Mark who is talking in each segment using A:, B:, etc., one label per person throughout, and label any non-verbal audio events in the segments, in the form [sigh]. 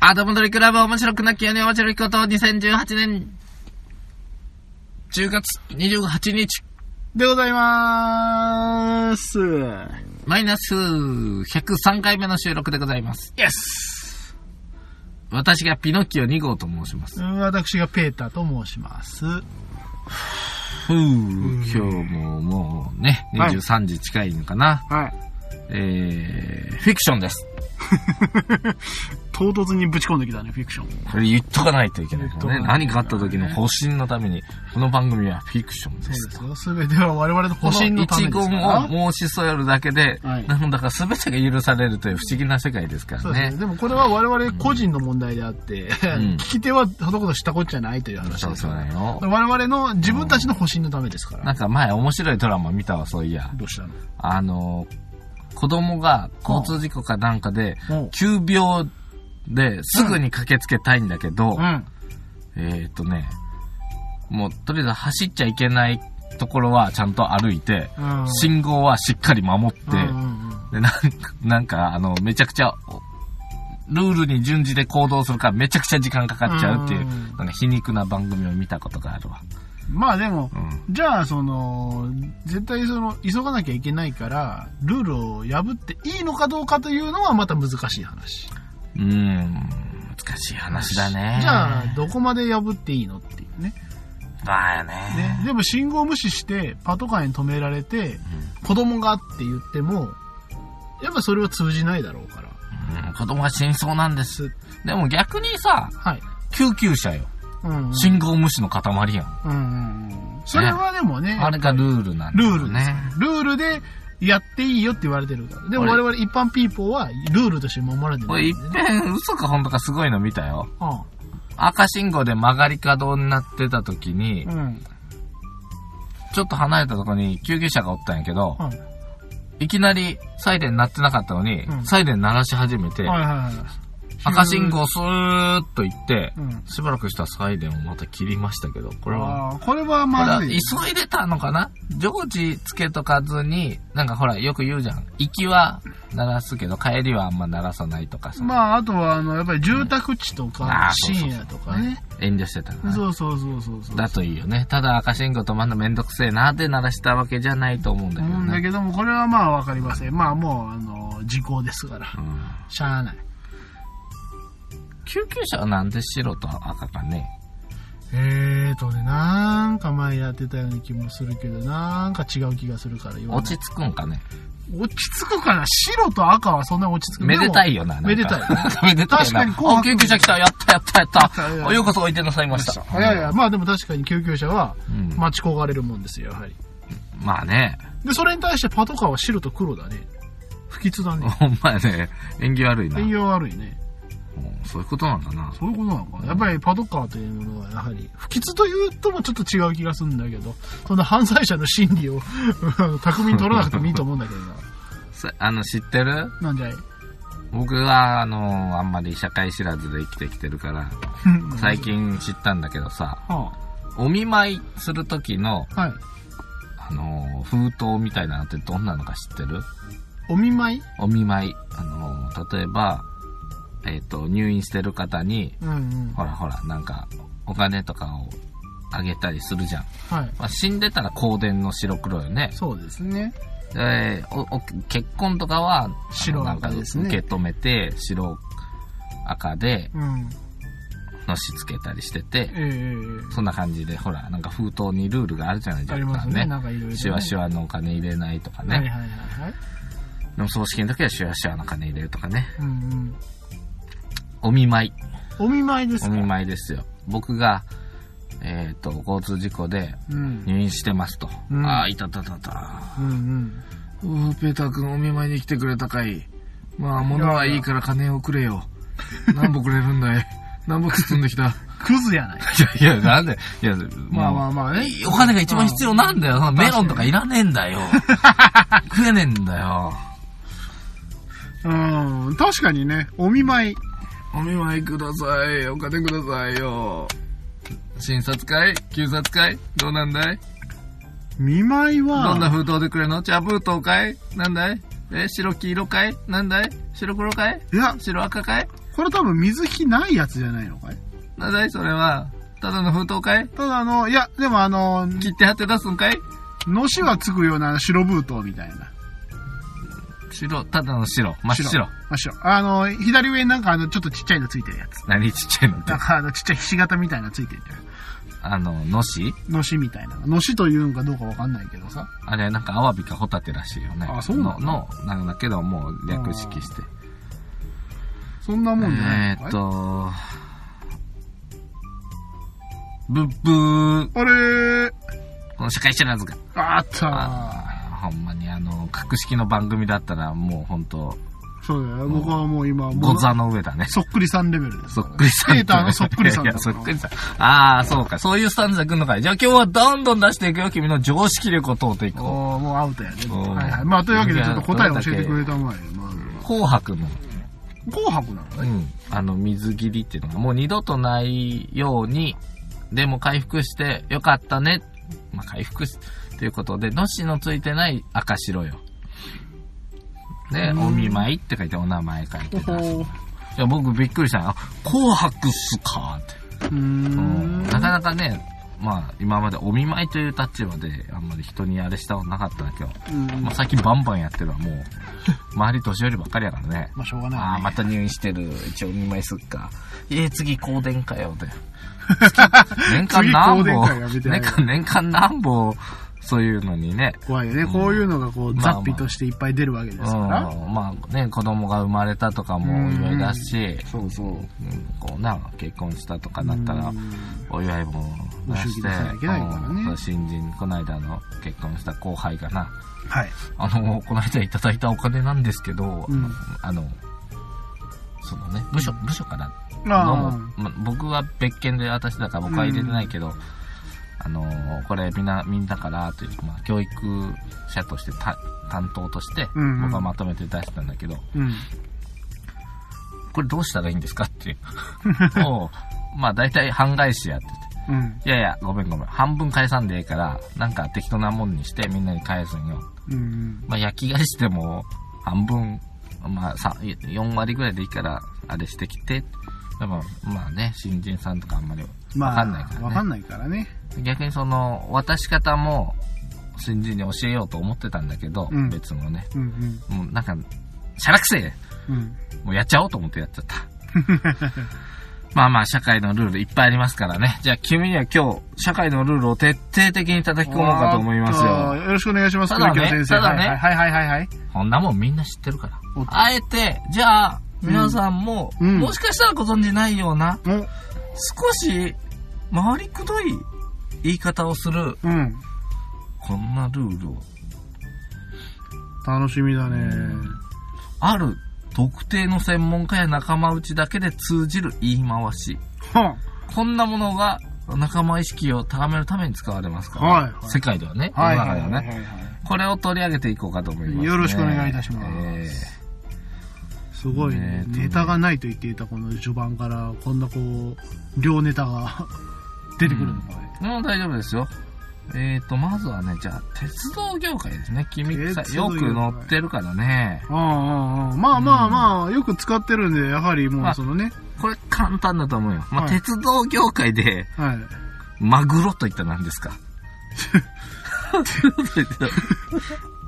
A: アドモドリクラブ面白くなきよね面白いこと2018年10月28日
B: でございまーす。
A: マイナス103回目の収録でございます。
B: イエス
A: 私がピノッキオ2号と申します。
B: 私がペーターと申します。
A: ふう今日ももうね、
B: はい
A: 23時近いのかな。
B: はい。
A: えー、フィクションです。
B: 唐突にぶち込んできたね、フィクション。
A: これ言っとかないといけないから
B: 言っ
A: ね。
B: とかないと
A: 何かあった時の保身のために、この番組はフィクションです。
B: そうですよ。すべては我々の保
A: こ
B: 身
A: の
B: のため
A: 一
B: ですか
A: 言
B: ら。
A: を申し添えるだけで、
B: はい
A: なんだか全てが許されるという不思議な世界ですか
B: そ
A: ら
B: うですね。
A: ね。
B: でもこれは我々個人の問題であって、
A: ん
B: 聞き手はそのことしたこっちゃないという話
A: そう
B: です
A: そう
B: から。
A: だよ。
B: 我々の自分たちの保身のためですから。
A: なんか前面白いドラマ見たわ、そういや。
B: どうしたの
A: あの、子供が交通事故かなんかで
B: うん、
A: 急病ですぐに駆けつけたいんだけど、
B: ん。
A: えーっとね、もうとりあえず走っちゃいけないところはちゃんと歩いて、
B: うん
A: 信号はしっかり守って、
B: うんうんうん
A: で、なんか、なんか、あの、めちゃくちゃ、ルールに順次で行動するからめちゃくちゃ時間かかっちゃうっていう、
B: うん
A: なんか皮肉な番組を見たことがあるわ。
B: まあでも、
A: うん。
B: じゃあ、その、絶対その、急がなきゃいけないから、ルールを破っていいのかどうかというのはまた難しい話。
A: うーん、難しい話だね。
B: じゃあ、どこまで破っていいのっていうね。
A: まあね。
B: ね。でも信号無視して、パトカーに止められて、子供がって言っても、やっぱそれは通じないだろうから。
A: うん、子供が死にそうなんです。でも逆にさ、
B: はい。
A: 救急車よ。
B: うん、うん。
A: 信号無視の塊やん。
B: うんうんうん。それはでもね、
A: あれがルールなんだ
B: ル
A: よ
B: ールです
A: ね。
B: ルールで、やっていいよって言われてるから。でも我
A: 俺
B: 々一般ピーポーはルールとして守られて
A: こ
B: な
A: れい
B: い
A: っ
B: んでね。
A: ぺん嘘か本当かすごいの見たよ。
B: は
A: 赤信号で曲がり角になってた時に
B: あ、うん。
A: ちょっと離れたとこに救急車がおったんやけど、
B: はい
A: いきなりサイレン鳴ってなかったのに、
B: うん
A: サイレン鳴らし始めて、
B: はいはいはい。
A: 赤信号スーッと行って、
B: うん
A: しばらくしたらサイレンをまた切りましたけど、これは。
B: あーこれは
A: これ
B: ま
A: は
B: ずい。
A: 急いでたのかな常時つけとかずに、なんかほら、よく言うじゃん。行きは鳴らすけど、帰りはあんま鳴らさないとかさ。
B: まあ、あとは、あの、やっぱり住宅地と
A: あ
B: か
A: ー、
B: 深夜とかね。
A: 遠慮してたかな。
B: そうそうそうそうそう。
A: だといいよね。ただ赤信号止まんのめんどくせえなって鳴らしたわけじゃないと思うんだ
B: う
A: けど
B: ん、だ
A: ね。
B: けども、これはまあわかりません。まあもう、あの、時効ですから。
A: うん
B: しゃあない。
A: 救急車はなんで白と赤かね。
B: えーとね、なんか前やってたような気もするけど、なんか違う気がするから言わ
A: 落
B: ない
A: ち着くんかね。
B: 落ち着くかな白と赤はそんなに落ち着く
A: めでたい
B: よ。
A: よな。なんか
B: めでたい
A: [laughs] めでたいな。
B: 確かに紅白
A: お、救急車来た。やったやったや
B: やっ
A: ったた。お、ようこそおいでなさいました。
B: いやいや、まあでも確かに救急車は
A: うん
B: 待ち焦がれるもんですよ、やはり。
A: まあね。
B: で、それに対してパトカーは白と黒だね。不吉だね。
A: ほんまやね。縁起悪いな。
B: 営業悪いね。
A: うんそういうことなんだな。
B: そういうことなのかなやっぱりパトカーというものはやはり不吉というともちょっと違う気がするんだけどそんな犯罪者の心理を [laughs] あの巧みに取らなくてもいいと思うんだけどな
A: さあの、知ってる
B: なんじゃい
A: 僕は、あの、あんまり社会知らずで生きてきてるから、最近知ったんだけどさ、
B: は
A: お見舞いする時の、
B: あはい
A: あの、封筒みたいなのってどんなのか知ってる
B: お見舞い
A: お見舞い、あの、例えば、えっ、と、入院してる方に、
B: うんうん
A: ほらほら、なんか、お金とかをあげたりするじゃん。
B: はい
A: まあ、死んでたら香典の白黒よね。
B: そうですね
A: えーおお結婚とかは、あの
B: 白赤ですね
A: なんか受け止めて、白赤で、
B: うん
A: のしつけたりしてて
B: え、ええ
A: そんな感じで、ほら、なんか封筒にルールがあるじゃない
B: えありますねなんかいろいろね
A: シュワシュワのお金入れないとかね。
B: はいはいはいはい
A: でも葬式の時はシュワシュワの金入れるとかね。
B: うんうん
A: お見舞い。
B: お見舞いです
A: お
B: か
A: 見舞いですよ。僕が、えっ、と、交通事故で
B: うん
A: 入院してますと。
B: うん
A: ああ、いたたたた。
B: うんうん
A: うう、ペーター君お見舞いに来てくれたかい。まあ、
B: 物はいい
A: から金をくれよ。何本くれるんだい。 [laughs] 何本包んできた。
B: クズやない
A: いや、いや、なんで、いや、
B: まあま
A: あ。
B: あまあね
A: お金が一番必要なんだよ。そのメロンとかいらねえん [laughs] だよ。食えねえんだよ。
B: うん確かにねお見舞い
A: お見舞いください。お金くださいよ。診察会休察会どうなんだい
B: 見舞いは
A: どんな封筒でくれるの茶封筒かいなんだいえ、白黄色かいなんだい白黒かい
B: いや、
A: 白赤かい
B: これ多分水着ないやつじゃないのかい
A: なんだいそれは。ただの封筒かい
B: ただあの、いや、でもあの、
A: 切って貼って出すんかい
B: のしはつくような白封筒みたいな。
A: 白、ただの白。真っ白。
B: 真っ白。あの、左上になんかあの、ちょっとちっちゃいのついてるやつ。
A: 何ちっちゃいのって
B: なん。かあの、ちっちゃいひし形みたいなのついてるじゃん
A: あの、のし
B: のしみたいな。のしというんかどうかわかんないけどさ。
A: あれ、なんか、アワビかホタテらしいよね。
B: あそうな
A: の
B: の
A: のなんだけど、もう略式して。
B: そんなもんじゃない
A: えー
B: のかい
A: っと、ブッブー。
B: あれー、
A: この社会知らずが。
B: あった
A: あーほんまにあの、格式の番組だったら、もうほんと、
B: そうだよ。僕はもう今、も
A: ご
B: う
A: 座の上だね。
B: そっくりさんレベルです。
A: そっくりさん。
B: ペーターのそっくりさん
A: い
B: だ
A: や、そっくりさん。ああ、そうか。そういうスタンスで来るのかい。じゃあ今日はどんどん出していくよ。君の常識力を問うてい
B: お
A: こ
B: ーもうアウトやね。
A: おー
B: はいはい。まあ、というわけで、ちょっと答えを教えてくれたまえ。まず
A: う。紅白の、
B: は紅白なの
A: う
B: ね。
A: ん。あの、水切りっていうのが、もう二度とないように、でも回復してよかったね。まあ、回復し、ということで、のしのついてない赤白よ。で、
B: うん
A: お見舞いって書いて、お名前書いてた。い
B: ほほ
A: や、僕びっくりしたよ。あ紅白っすかって。
B: うー
A: うん
B: ん。
A: なかなかね、まあ、今までお見舞いという立場で、あんまり人にあれしたことなかったんだけど、
B: うん
A: まあ、最近バンバンやってるわ、も
B: [laughs]
A: う。周り年寄りばっかりやからね。
B: まあ、しょうがないね。
A: ああ、また入院してる。一応お見舞いすっか。えー、次、香典か
B: [laughs]
A: よ、で。年間何
B: 次香典かよ
A: 本
B: みた
A: 年
B: いな
A: 間、年間何本、そういうのにね。
B: 怖いよね。こういうのがこう、
A: まあまあ
B: 雑費としていっぱい出るわけで
A: う
B: す
A: ん、
B: から。
A: まあね、子供が生まれたとかもお祝いだし、
B: そうそう。
A: うん、こうな、結婚したとかだったら
B: うん、
A: お祝いも出して、
B: ご祝儀出さなきゃいけないからね
A: うん新人、この間の結婚した後輩がな、
B: はい。
A: あの、この間いただいたお金なんですけど、
B: うん
A: あの、そのね、部署、部署からのも
B: ま、
A: ま僕は別件で私だから僕は入れてないけど、あの、これみんな、みんなからという、まあ、教育者としてた担当として、
B: うんうん
A: 僕はまとめて出したんだけど、
B: あ、うん。
A: これどうしたらいいんですかっていう。
B: [laughs]
A: もう、まあ大体半返しやってて。
B: うん。
A: いやいや、ごめんごめん。半分返さんでええから、なんか適当なもんにしてみんなに返すんよ。
B: うん。
A: まあ焼き返しても、半分、まあさ4割ぐらいでいいから、あれしてきて。でも、まあね、新人さんとかあんまりわ
B: ま
A: かんないから
B: あ、
A: ね。
B: わかんないからね。
A: 逆にその、渡し方も、新人に教えようと思ってたんだけど、
B: うん
A: 別のね。
B: うん
A: もうなんか、しゃらくせえ
B: うん。うん。
A: もうやっちゃおうと思ってやっちゃった。 [laughs] まあまあ、社会のルールいっぱいありますからね。じゃあ君には今日、社会のルールを徹底的に叩き込もうかと思います
B: あ
A: よ。
B: ーよろしくお願いします、
A: ただね
B: 栗京先生。
A: ただね
B: はいはいはいはいはい。
A: こんなもんみんな知ってるから
B: おっ。と
A: あえて、じゃあ、皆さんも、
B: うん
A: もしかしたらご存知ないような、
B: お、
A: 少し、回りくどい言い方をする、
B: うん。
A: こんなルールを、
B: 楽しみだね。
A: ある特定の専門家や仲間内だけで通じる言い回し。
B: は
A: こんなものが仲間意識を高めるために使われますから、
B: はいはい
A: 世界ではね、
B: はい
A: 世の中
B: はい
A: では
B: は
A: ね、
B: いはいはい。
A: これを取り上げていこうかと思います、ね。
B: よろしくお願いいたします
A: え
B: すごいね
A: え。ーと
B: ネタがないと言っていたこの序盤から、こんなこう、両ネタが [laughs] 出てくるのかね。
A: えもう大丈夫ですよ。えーと、まずはね、じゃあ、鉄道業界ですね。君さ
B: 鉄道
A: よ
B: 業界
A: く乗ってるからね。
B: ああああああ、まあまあまあ、よく使ってるんで、やはりもうそのね、
A: これ簡単だと思うよ。まあ、
B: はい
A: 鉄道業界で、
B: はい。
A: マグロといったら何です
B: [laughs]
A: か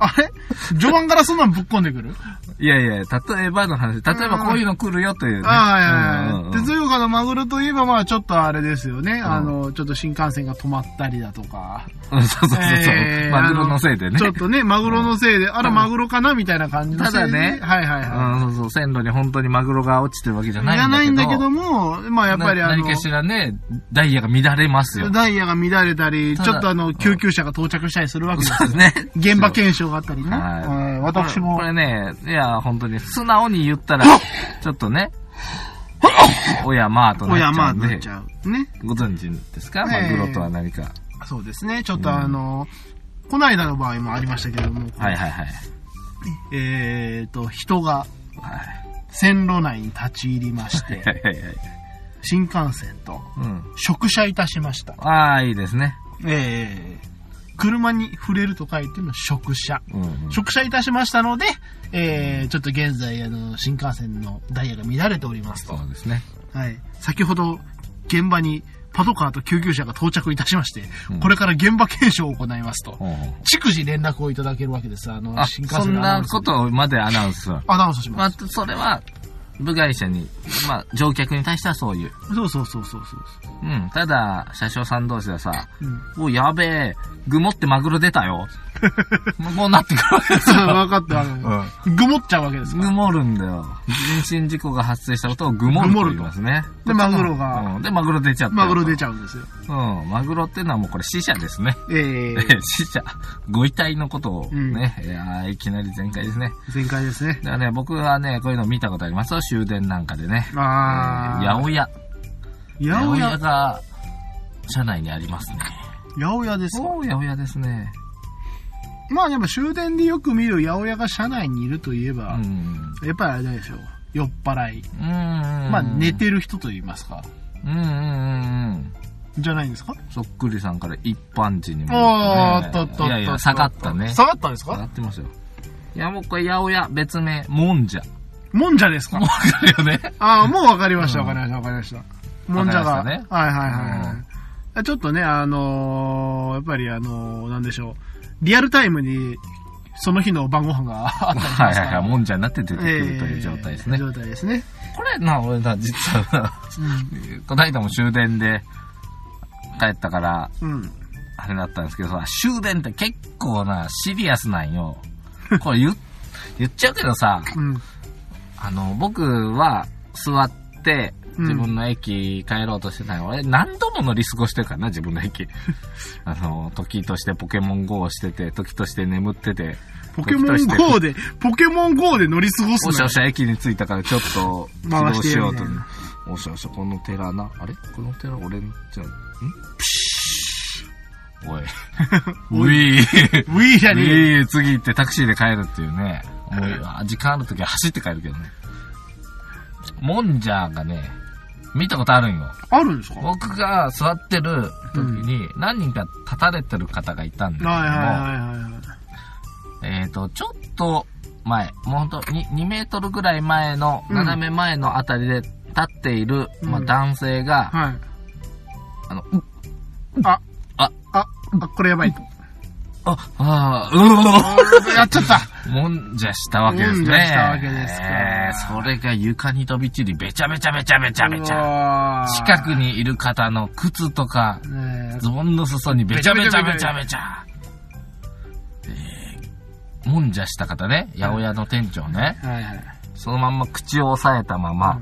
B: あれ序盤からそんなんぶっ込んでくる
A: いやいや、例えばの話。例えばこういうの来るよという、ね。
B: [laughs] ああ、はいはいはい。
A: うんうんうん
B: 鉄道家のマグロといえば、まあちょっとあれですよね。あの、ちょっと新幹線が止まったりだとか。
A: うん [laughs] そうそうそうそう、
B: えー
A: マグロのせいでね
B: ち。ょっとね、マグロのせいで、あら、
A: うん
B: マグロかなみたいな感じのせいで
A: ただね
B: はいはいは
A: うん、そうそう、線路に本当にマグロが落ちてるわけじゃ
B: い。い
A: な
B: ら
A: いんだ
B: な
A: け
B: い
A: ど。
B: んだけども、まあやっぱり
A: な
B: あの
A: 何、かしらね、ダイヤが乱れますよ。
B: ダイヤが乱れたり、
A: ただ
B: ちょっとあの、救急車が到着したりするわけです
A: そうですね。
B: 現場検証があったりね。
A: はい
B: はい私も
A: これね、いや、本当に、素直に言ったら、ちょっとね、おやまあとな
B: 親
A: っちゃ
B: ま
A: う
B: あ
A: ん
B: な
A: で
B: っち、ゃう。ね。
A: ご存知ですか
B: え
A: マ
B: え
A: グロとは何か。
B: そうですね。ちょっとあの、この間の場合もありましたけども、
A: はいはいはい。
B: えーと、人が
A: は
B: 線路内に立ち入りまし
A: い
B: て
A: [laughs] は、いはいはい。
B: 新幹線と
A: うん。
B: 食車いたしました。
A: ああ、いいですね。
B: え車に触れると書いての触車。
A: うんうん
B: 触車いたしましたので、えー、ちょっと現在、あの、新幹線のダイヤが乱れておりますと。
A: そうですね。
B: はい。先ほど、現場にパトカーと救急車が到着いたしまして、
A: うん
B: これから現場検証を行いますと。
A: ほうほう
B: 逐次連絡をいただけるわけです。あの、
A: あ、
B: 新幹
A: そ
B: 線
A: ん
B: のアナウ
A: な
B: ンス
A: ことまでアナウンスは。
B: アナウンスし
A: ま
B: ま
A: あ、
B: す。
A: それは、部外者に、まあ、乗客に対してはそういう。
B: そうそうそうそうそう。
A: うん。ただ、車掌さん同士はさ、
B: うん。
A: おいやべえ、ぐもってマグロ出た
B: [laughs]
A: よ。こうなってくるわけですよ。
B: 分かった。ぐもっちゃうわけですか
A: ぐもるんだよ。人身事故が発生したことをぐもると言いますね。
B: ぐもるとでマグロが
A: うんで、マグロ出ちゃった。
B: マグロ出ちゃうんですよ。
A: ゃうん。マグロっていうのはもうこれ死者ですね。
B: ええ
A: 死者。ご遺体のことをね、いやーいきなり全開ですね。
B: 前回ですね。
A: だからね、僕はね、こういうの見たことありますよ。終電なんかでね。
B: あ
A: 八百屋。
B: ー。
A: 八
B: 八
A: 百
B: 百
A: 屋
B: 屋。
A: が、車内にありますね。
B: 八百屋ですか
A: そう、八百屋ですね。
B: まあやっぱ終電でよく見る八百屋が車内にいるといえ
A: う
B: ば、
A: ん。
B: やっぱりあれでしょう。酔っ払い。
A: うん。ま
B: まあ寝。てる人と言いますか。
A: うんうんうんうん。
B: じゃないんですか
A: そっくりさんから一般人にも、
B: あーあったあったあった
A: いやいや、下がったね。
B: 下がったんです
A: 下が
B: か
A: ってますよ。いや、もうこれ、八百屋、別名、もんじゃ。
B: もんじゃですか
A: わかるよね。
B: ああ、もう分かりました、
A: うん
B: 分かりました、分かりました。もんじゃ
A: わ
B: が。
A: かりまし
B: はいはいはいは
A: う
B: い
A: ん。
B: あちょっとね、あのーやっぱりあのーなんでしょう。リアルタイムに、その日の晩ご飯が [laughs] あったりしますか
A: は
B: ら
A: いはいはい、もんじゃになって出てく
B: え
A: るという状態ですね
B: え。状態ですね。
A: これな、俺な、実はな、この間も終電で帰ったから、
B: うん。うん。
A: あれだったんですけどさ、終電って結構な、シリアスなんよ。これ言っ、言っちゃうけどさ、
B: うん。
A: あの、僕は座って、
B: うん
A: 自分の駅帰ろうとしてたよ。俺何度も乗り過ごしてるからな、自分の駅。 [laughs] あの、時としてポケモン GO をしてて、時として眠ってて、
B: ポケモン GO で、ポケモン GO で乗り過ごす
A: おしゃ
B: の
A: お
B: よ
A: しゃ駅に着いたからちょっと起
B: 回
A: 動
B: して
A: しよ
B: よ
A: う
B: みた
A: と
B: いな。
A: おしゃおしゃ、この寺な、あれこの寺俺んじゃん、ん [laughs]
B: [laughs]
A: おい。おい。うい。う
B: ウィーじゃねえ。
A: い。次行ってタクシーで帰るっていうね。もう、あ時間ある時は走って帰るけどね。もんじゃがね、見たことあるんよ。
B: あるんですかはい
A: 僕が座ってる時に何人か立たれてる方がいたんだけども、
B: はいはいはいはい。
A: えっ、と、ちょっと前、もうほんと 2, 2メートルぐらい前の、
B: うん
A: 斜め前のあたりで立っている、
B: うん
A: まあ、男性が、
B: はい。
A: あの、う
B: あ、
A: あ、
B: あ、あ、これやばいと。
A: あ、ああ、
B: やっち
A: [laughs]
B: ゃった。
A: うもんじゃしたわけですね。
B: もんじゃしたわけですか
A: えーそれが床に飛び散り、べちゃべちゃべちゃべちゃべちゃ。
B: ゃ
A: 近くにいる方の靴とか、
B: ね
A: ズボンの裾にべちゃべちゃべちゃべちゃ。えー、もんじゃした方ね、八百屋の店長ね、
B: えはいはい。
A: そのまんま口を押さえたまま、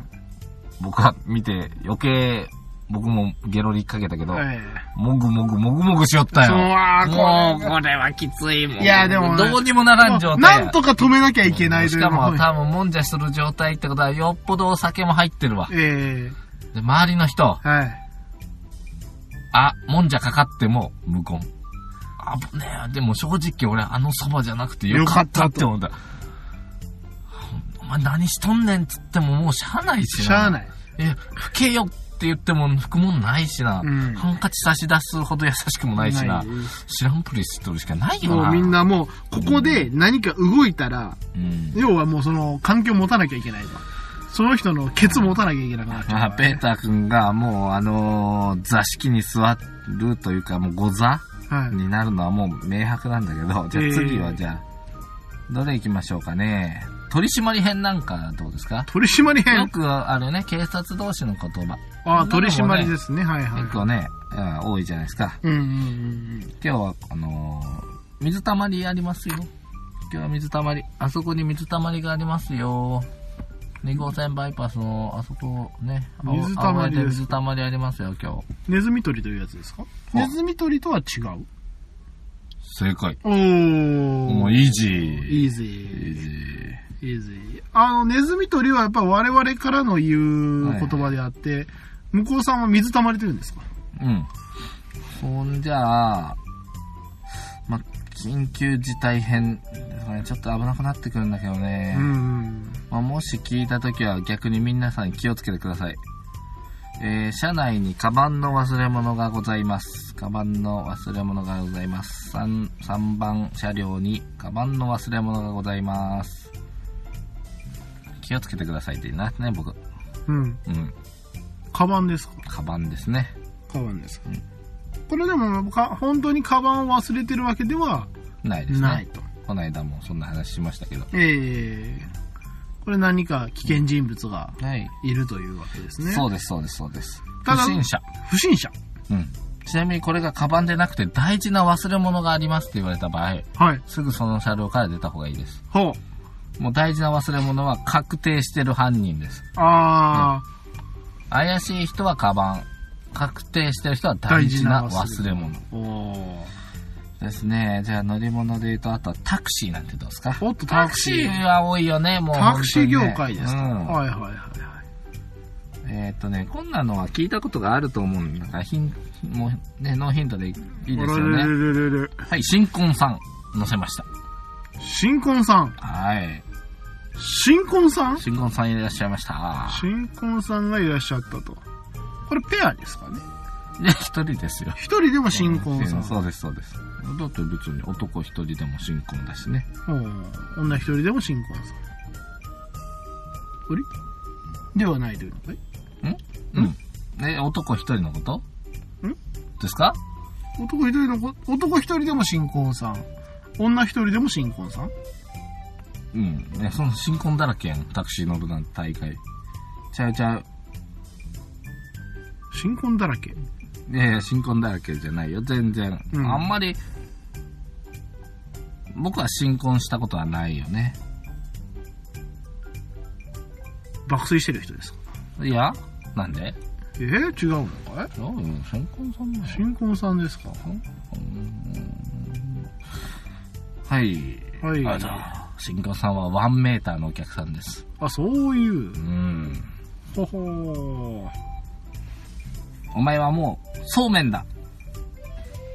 A: 僕は見て余計、僕もゲロりかけたけど、
B: え
A: もぐもぐもぐもぐしよった
B: え。
A: よ。
B: わ
A: もう、これはきついもん。
B: いやでもね
A: どうにもならん状態や。
B: なんとか止めなきゃいけないと
A: し
B: いう
A: かも、
B: まあ
A: 多分もんじゃしとる状態ってことは、よっぽどお酒も入ってるわ。
B: え
A: で、周りの人、
B: えはい。
A: あ、もんじゃかかっても無言。あぶねえ、でも正直俺あのそばじゃなくてよかったって思った。お前何しとんねんっつってももうしゃあないしな。
B: しゃあない。
A: え、拭けよって言っても拭くもんないしな。
B: うん
A: ハンカチ差し出すほど優しくもないしな。知らんぷりしとるしかないよ
B: も
A: な。
B: うみんなもう、ここで何か動いたら、
A: うん。
B: 要はもうその環境持たなきゃいけないと。その人のケツ持たなきゃいけなくなっち
A: ま
B: ゃ
A: あ、
B: うか
A: ペ
B: ら
A: ー
B: ね。
A: ター君がもうあのー座敷に座るというかもうご座
B: はい。
A: になるのはもう明白なんだけど、じゃあ次はじゃあ、どれ行きましょうかね。取り締まり編なんかどうですか
B: 取り締まり
A: よ
B: 編。
A: くあるね、警察同士の言葉。
B: ああ、取り締まりですね。はいはい
A: 結。構ね、うん多いじゃないですか。
B: うんうんうん
A: 今日は、あのー水たまりありますよ。今日は水たまり。あそこに水たまりがありますよ。2号線バイパスの、あそこね、青
B: 水たまりです
A: 青い水たまりありますよ、今日。
B: ネズミ取りというやつですかネズミ取りとは違う。
A: 正解。
B: おー。
A: イージー。
B: イージー。
A: イージー。
B: いいぜあの、ネズミ捕りはやっぱ我々からの言
A: はいう
B: 言葉であって、向こうさんは水溜まれてるんですか
A: うん。ほんじゃあ、ま、緊急事態編ですかね、ちょっと危なくなってくるんだけどね。
B: ん。
A: まあ、もし聞いたときは逆に皆さん気をつけてください。えー車内にカバンの忘れ物がございます。カバンの忘れ物がございます。3, 3番車両にカバンの忘れ物がございます。気をつけてくださいって言いますね、僕。
B: うん。
A: うん。
B: カバンですか
A: カバンですね。
B: カバンですか。これでも、か本当にカバンを忘れてるわけでは
A: ないですね。
B: ないと。
A: この間もそんな話しましたけど。
B: ええこれ何か危険人物が
A: はい。
B: いるというわけですね。
A: そうです、そうです、そうです。
B: た
A: 不
B: だ
A: 審者。
B: 不審者。
A: うん。ちなみにこれがカバンでなくて大事な忘れ物がありますって言われた場合、
B: はい。
A: すぐその車両から出た方がいいです。
B: ほう。
A: もう大事な忘れ物は確定してる犯人です。
B: ああ、
A: 怪しい人はカバン。確定してる人は大事な忘れ物。
B: おー
A: ですね。じゃあ乗り物で言うと、あとはタクシーなんてどうですか
B: おっと
A: タ
B: タ
A: ク
B: ク
A: シ
B: シ
A: ー
B: ー。
A: は多いよね、もう、
B: タクシー業界です
A: う
B: か。
A: ん、
B: はいはいはいはい。
A: えーっとね、こんなのは聞いたことがあると思うんだから、ヒン、もうね、ノーヒントでいいですよ
B: あ
A: ね。
B: れれれれれ
A: はい、新婚さん、載せました。
B: 新婚さん。
A: はい。
B: 新婚さん
A: 新婚さんいらっしゃいました。
B: 新婚さんがいらっしゃったと。これペアですかね。
A: いや、 [laughs] 一人ですよ。
B: 一人でも新婚さん。
A: そうです、そうです。だって別に男一人でも新婚だしね。
B: ほう女一人でも新婚さん。あれではないというのかい
A: うん。え、男一人のこと
B: ん
A: ですか
B: 男一人のこ、男一人でも新婚さん。女一人でも新婚さん
A: うん。ね、その新婚だらけやん。タクシー乗るなんて大会。ちゃうちゃう。
B: 新婚だらけ。
A: いやいや、新婚だらけじゃないよ。全然。
B: うん
A: あんまり、僕は新婚したことはないよね。
B: 爆睡してる人ですか
A: いやなんで
B: えー、違うのかい
A: うん、新婚さんだよ。
B: 新婚さんですか
A: はい。
B: はい
A: あら新婚さんはワンメーターのお客さんです。
B: あ、そういう
A: う。ん。
B: ほほー。
A: お前はもう、そうめんだ。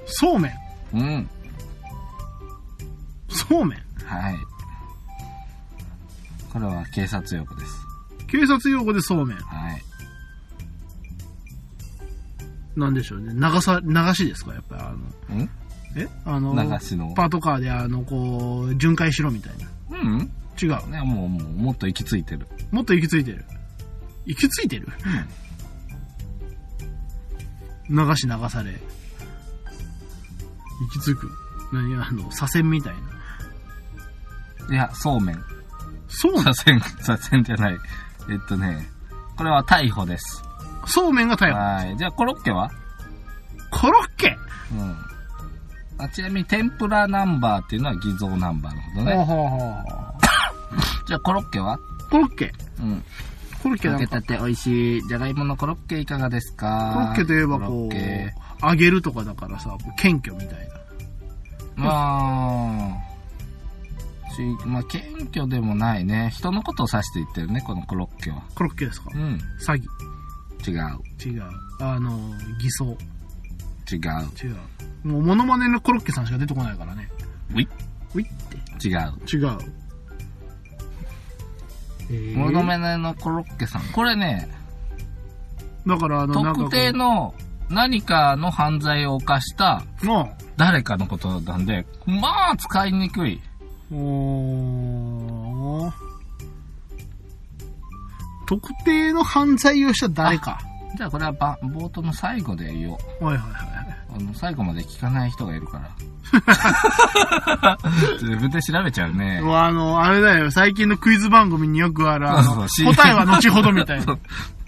B: そうめん。
A: うん。
B: そうめん。
A: はい。これは警察用語です。
B: 警察用語でそうめん。
A: はい。
B: なんでしょうね。流さ、流しですかやっぱりあの、
A: うん
B: えあの、
A: 流しの
B: パトカーであの、こう、巡回しろみたいな。
A: うん
B: 違う。
A: ね、もう、もう、もっと行き着いてる。
B: もっと行き着いてる。行き着いてる、流し流され。行き着く。何あの、左遷みたいな。
A: いや、そうめん。
B: そうめん
A: 左遷、 [laughs] 左遷じゃない。えっとね、これは逮捕です。
B: そうめんが逮捕。
A: はい。じゃあ、コロッケは
B: コロッケ
A: うん。あちなみに、天ぷらナンバーっていうのは偽造ナンバーのことね。
B: ほうほう
A: じゃあ、コロッケは
B: コロッケ。
A: うん。
B: コロッケ
A: 揚
B: なん
A: げ
B: か、
A: たて美味しい。じゃがいものコロッケいかがです
B: コ
A: か
B: ロッケといえばこ
A: コロッケ
B: う、揚げるとかだからさ、こう謙虚みたいな。
A: まあ、しまあ、謙虚でもないね。人のことを指して言ってるね、このコロッケは。
B: コロッケですか
A: うん。
B: 詐欺。
A: 違う。
B: 違う。あの、偽装。
A: 違う。
B: 違う。もう、モノマネのコロッケさんしか出てこないからね。
A: うい
B: ほいって。
A: 違う。
B: 違う。えー
A: ものめねのコロッケさん。これね、
B: だから、あの、なんかこ
A: 特
B: う
A: 定の何かの犯罪を犯した
B: の、
A: 誰かのことなんで、まあ、使いにくい。
B: おー特定の犯罪をした誰か。
A: じゃあこれはば冒頭の最後で言おう。
B: はいはいはいはい。
A: あの、最後まで聞かない人がいるから。
B: [laughs]
A: 自分で調べちゃうね。
B: もうあの、あれだよ、最近のクイズ番組によくある、あの
A: そうそう
B: 答えは後ほどみたいな。
A: [laughs] そ
B: は
A: う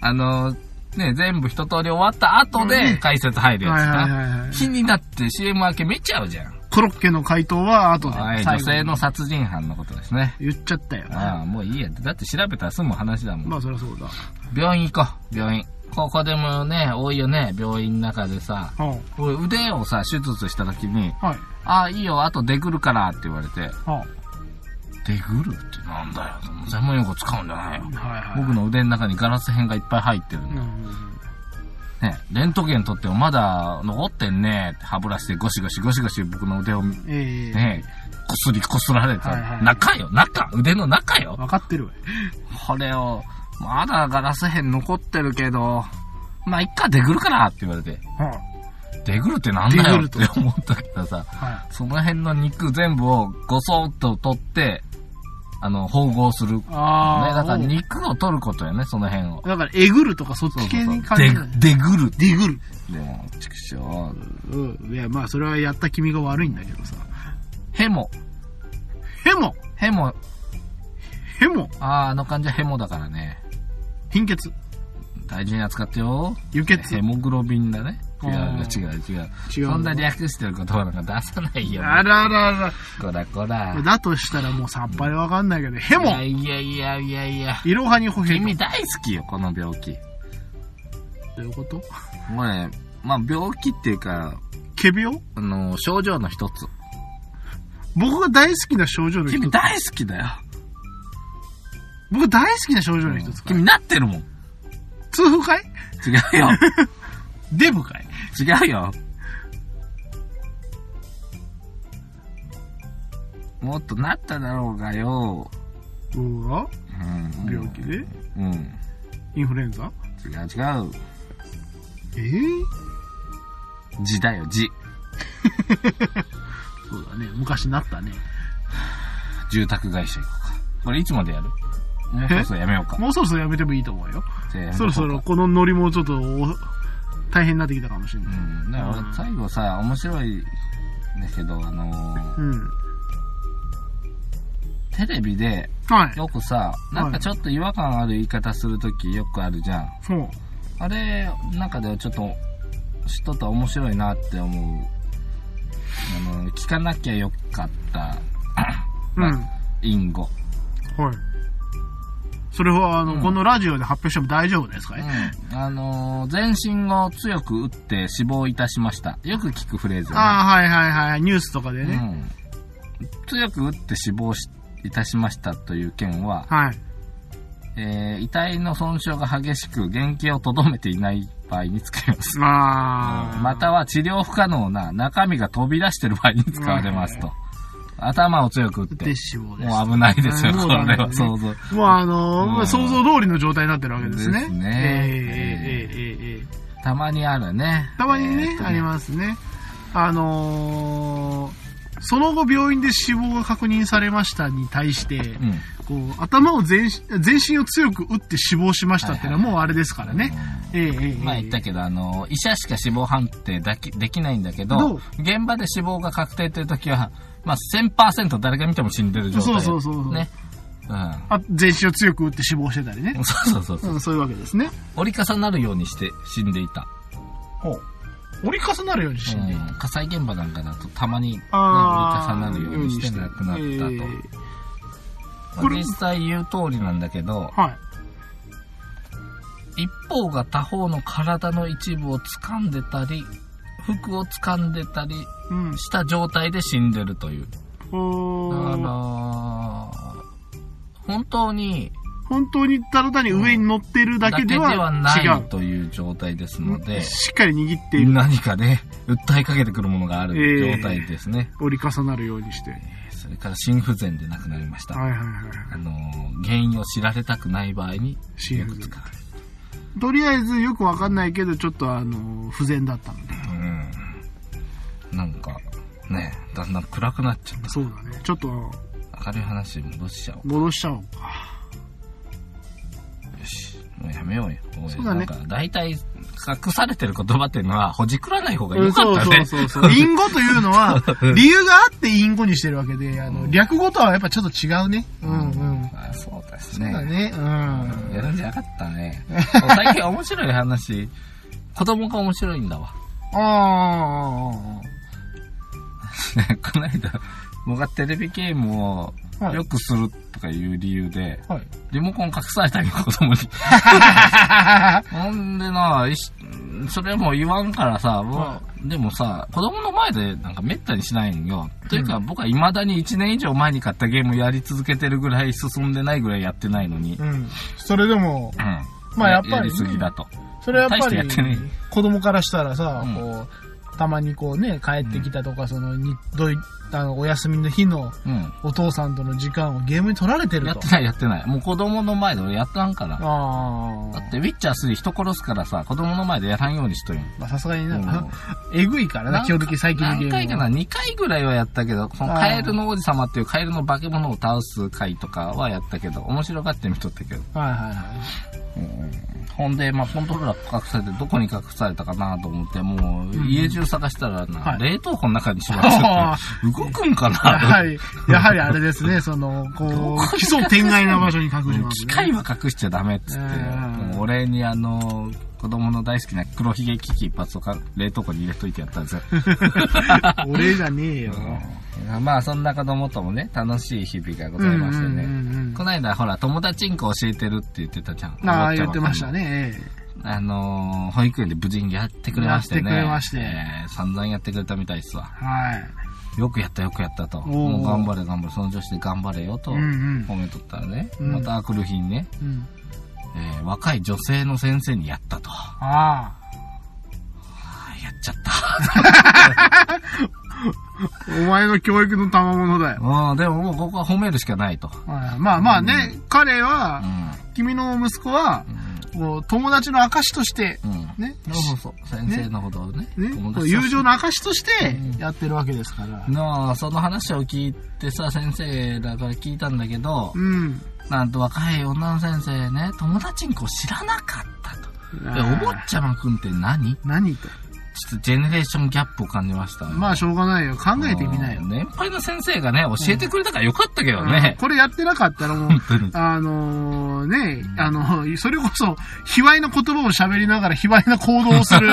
A: あの、ね、全部一通り終わった後で解説入る
B: い
A: やつ
B: はい
A: な。
B: はいはい。
A: 気になって CM 明け見ちゃうじゃん。
B: コロッケの回答は後で。
A: はい、
B: 最
A: 女
B: 後
A: 性の殺人犯のことですね。
B: 言っちゃったよ。
A: ああ、もういいや。だって調べたら済む話だもん。
B: まあそりゃそうだ。
A: 病院行こう、病院。ここでもね、多いよね、病院の中でさ。
B: は
A: 俺腕をさ、手術した時に、
B: あ、はい。
A: ああ、いいよ、あと出くるからって言われて、
B: は
A: デグルってなんだよ。専門用語使うんじゃないよ。
B: あ、はいはい。
A: 僕の腕の中にガラス片がいっぱい入ってるんだ。
B: う
A: ね、レントゲン取ってもまだ残ってんねって歯ブラシでゴシゴシゴシゴシ僕の腕を
B: ん。ええ
A: ね、こすりこすられて、
B: はいはい
A: 中よ、中、腕の中よ。
B: 分かってるわ。
A: これを、まだガラス片残ってるけど、まあ、いっか、デグルかなって言われて。
B: はい。
A: デグルってなんだ
B: デ
A: よ
B: グ
A: っ
B: ルと
A: て思ったけどさ、
B: は
A: その辺の肉全部をごそっと取って、あの、縫合する。ね、
B: い。ああ。
A: だから肉を取ることよね、その辺を。
B: だから、えぐるとかそっ
A: そうそう
B: ち系
A: そ
B: に
A: う。
B: 感じ
A: デ
B: る
A: グ。デグル。
B: デグる。
A: でも、畜生。
B: うん。いや、まあ、それはやった君が悪いんだけどさ。
A: ヘモ。
B: ヘモ
A: ヘモ。
B: ヘモ
A: ああ、あの感じはヘモだからね。
B: 貧血
A: 大事に扱ってよ。
B: 輸血
A: ヘモグロビンだね。
B: あ
A: 違う
B: ー
A: 違う違う。
B: 違うの
A: そんな略してる言葉なんか出さないよ。
B: あららら
A: こらこ
B: ら。
A: ら。
B: だとしたらもうさっぱりわかんないけど、ヘ
A: い
B: モ
A: やいやいやいやいや。
B: イロハニホヘモ
A: 君大好きよ、この病気。
B: どういうこと
A: もうね、まあ病気っていうか、
B: ケビオ
A: あの、症状の一つ。
B: 僕が大好きな症状の一
A: 君
B: つ。
A: 大好きだよ。
B: 僕大好きな症状の一つか。
A: 君なってるもん。
B: 痛風かい
A: 違うよ。
B: デブかい
A: 違うよ。もっとなっただろうがよ。
B: うわ
A: うん
B: 病気で
A: うん。違
B: インフルエンザ
A: う違う。
B: ええ
A: 字だよ、字。
B: そうだね。昔なったね。
A: 住宅会社行こうか。これいつまでやるもうそろそろやめようか。
B: もうそろそろやめてもいいと思うよ。
A: じゃあやめようか
B: そろそろ。このノリもちょっとお大変になってきたかもしれ
A: う
B: ない。
A: ん。だから俺最後さ、面白いんだけど、あのー
B: うん。
A: テレビで
B: はい。
A: よくさ、なんかちょっと違和感ある言い方するときよくあるじゃん。
B: そう。
A: あれ、中ではちょっと、知っとったら面白いなって思う。あの、聞かなきゃよかった、
B: うん。
A: ま
B: は
A: あ隠語。
B: い。それは、あの、
A: うん
B: このラジオで発表しても大丈夫ですかね、
A: うん。あのー、全身を強く打って死亡いたしました。よく聞くフレーズよね
B: ああ、はいはいはい。ニュースとかでね。
A: うん。強く打って死亡しいたしましたという件は、
B: はい。
A: えー遺体の損傷が激しく原型をとどめていない場合に使います。
B: まあ、
A: または治療不可能な中身が飛び出してる場合に使われますと。頭を強く打っ
B: で、
A: て。
B: 死亡です。
A: もう危ないですよ、
B: うん
A: これは
B: そ
A: 想
B: う
A: 像。
B: もうあのー
A: うん
B: まあ想像通りの状態になってるわけですね。
A: ですね
B: ええええええええ
A: たまにあるね。
B: たまにね、
A: えーっと
B: ありますね。あのーその後病院で死亡が確認されましたに対して、
A: うん。
B: こう頭を全身全身を強く打って死亡しましたってのはもうあれですからね。ええええええ
A: 前言ったけど、あの、医者しか死亡判定だきできないんだけ
B: ど
A: ど
B: う、
A: 現場で死亡が確定という時は、まあ、1000%誰が見ても死んでる状態。
B: そうそうそうそう
A: ね。うん。
B: あ全身を強く打って死亡してたりね。
A: そうそうそうそうう。
B: ん、そういうわけですね。
A: 折り重なるようにして死んでいた。
B: ほう。折り重なるように死んでいる。
A: うん火災現場なんかだとたまに、ね、折り
B: あ
A: 重
B: ー
A: なるようにして亡くなったと。
B: え
A: まあ
B: これ
A: 実際言う通りなんだけど
B: え、はい。
A: 一方が他方の体の一部を掴んでたり、服を掴んでたり
B: うん。
A: した状態で死んでるという。
B: ほ
A: あ
B: ー
A: のー本当に
B: 本当にただ単に上に乗ってるだ
A: だ
B: け
A: け
B: で
A: では
B: は違。
A: ないうという状態ですので、
B: しっかり握っている。
A: 何かね、訴えかけてくるものがある状態ですね。
B: 折り重なるようにして。
A: それから心不全で亡くなりました。
B: はいはいはい。
A: あのー原因を知られたくない場合に
B: 心
A: よ
B: 不
A: く
B: 全
A: 使われる。
B: とりあえずよくわかんないけど、ちょっとあの、不全だったので。
A: うん。なんか、ね、だんだん暗くなっちゃっ
B: そうだね。ちょっと、
A: た。明るい話に戻しちゃお
B: 戻しちゃおうか。
A: う。よし。もうやめようよ。おい
B: そうだ
A: な
B: ね
A: んか、大体、隠されてる言葉っていうのは、ほじくらない方が良か
B: そ
A: っ
B: う
A: た
B: そう
A: ね。
B: そう [laughs] そう。隠語というのは、理由があって隠語にしてるわけで、あの、略語とはやっぱちょっと違うね。うんうん。
A: あそうです
B: そうだ
A: ね。
B: ね。うん。
A: やるんじゃなかった
B: [laughs]
A: ね。最近面白い話、子供が面白いんだわ。 [laughs]
B: ああ
A: この間、僕がテレビゲームを
B: ああ、はい
A: よ。くするとかいう理由で、
B: はい。
A: リモコン隠されたり子供に。ほんでな、いしそれも言わんからさ、もう
B: は
A: でもさ、子供の前でなんか滅多にしないんよ。というか、
B: うん
A: 僕は未だに1年以上前に買ったゲームやり続けてるぐらい進んでないぐらいやってないのに。うん。
B: [laughs] うん。 [laughs] それでも、まあやっぱりね
A: やりすぎだと。
B: それはやっぱ
A: 大して
B: り
A: やってね
B: 子供からしたらさ、
A: うん
B: こうたまにこうね、帰ってきたとか、その、に、どい、あの、お休みの日の
A: うん。
B: お父さんとの時間をゲームに取られてる
A: やっ
B: と
A: て。ないやってない。もう子供の前で俺やったんから。
B: あ
A: だ
B: あ
A: っ。て、ウィッチャー3人殺すからさ、子供の前でやらんようにしとるん。
B: まあ、さすがにな、
A: うん
B: えぐいからな、基本的に最近のゲーム
A: 何
B: は。
A: 回かな ?2 回ぐらいはやったけど、このカエルの王子様っていうカエルの化け物を倒す回とかはやったけど、面白がって見とったけど。
B: はいはいはい。
A: ほんで、まあ、コントローラー隠されて、どこに隠されたかなと思って、もう、家中探したらな、
B: はい
A: 冷凍庫の中にしまっ
B: あ
A: て
B: [laughs]
A: て、動くんか
B: やは
A: な
B: り、やはりあれですね、その、こう、奇想天外な場所に隠し
A: うん
B: ます
A: 機
B: ね。
A: 械は隠しちゃダメっつって、
B: うん
A: もう俺にあの、子供の大好きな黒ひげ危機一発とか、冷凍庫に入れといてやったんですよ。
B: 俺じゃねえよ。
A: うんまあ、そんな子供ともね、楽しい日々がご
B: う
A: ざい
B: ん
A: ましてね。
B: うんうんうん
A: この間、ほら、友達んこ教えてるって言ってたじゃん。
B: ああ、
A: お坊ちゃ
B: 言
A: ん
B: ってましたね。え
A: あのー保育園で無事にやってくれましてね。
B: やってくれまして
A: えー散々やってくれたみたいっすわ
B: え。はい。
A: よくやったよくやったと。
B: おー
A: もう頑張れ頑張れ、その女子で頑張れよと
B: うんうん
A: 褒めとったらね。
B: うん
A: また来る日にね、
B: うん。
A: えー若い女性の先生にやったと。あ
B: あ
A: ーやっちゃ [laughs] った。
B: あ。お前の教育の賜物だよ。
A: うん、でももうここは褒めるしかないと。
B: はいまあまあね、彼
A: う
B: は、
A: ん。
B: 君の息子は、こう友達の証として、
A: うん。うん。
B: ね、
A: そうそうそう。先生のことをね。
B: ね、
A: 友
B: こ
A: 達
B: う
A: と
B: 友
A: して
B: 情の証としてやってるわけですから。
A: の、その話を聞いてさ、先生だから聞いたんだけど、
B: うん。
A: なんと若い女の先生ね、友達んこ知らなかったと。で、お坊ちゃまくんって何ち
B: 何と。
A: ょっとジェネレーションギャップを感じました。
B: まあ、しょうがないよ。考えてみなよ
A: う。ん年配の先生がね、教えてくれたからよかったけどね。
B: これやってなかったらもう
A: 本当に、
B: あのーね、あの、それこそ、卑猥な言葉を喋りながら卑猥な行動をす
A: [laughs]
B: る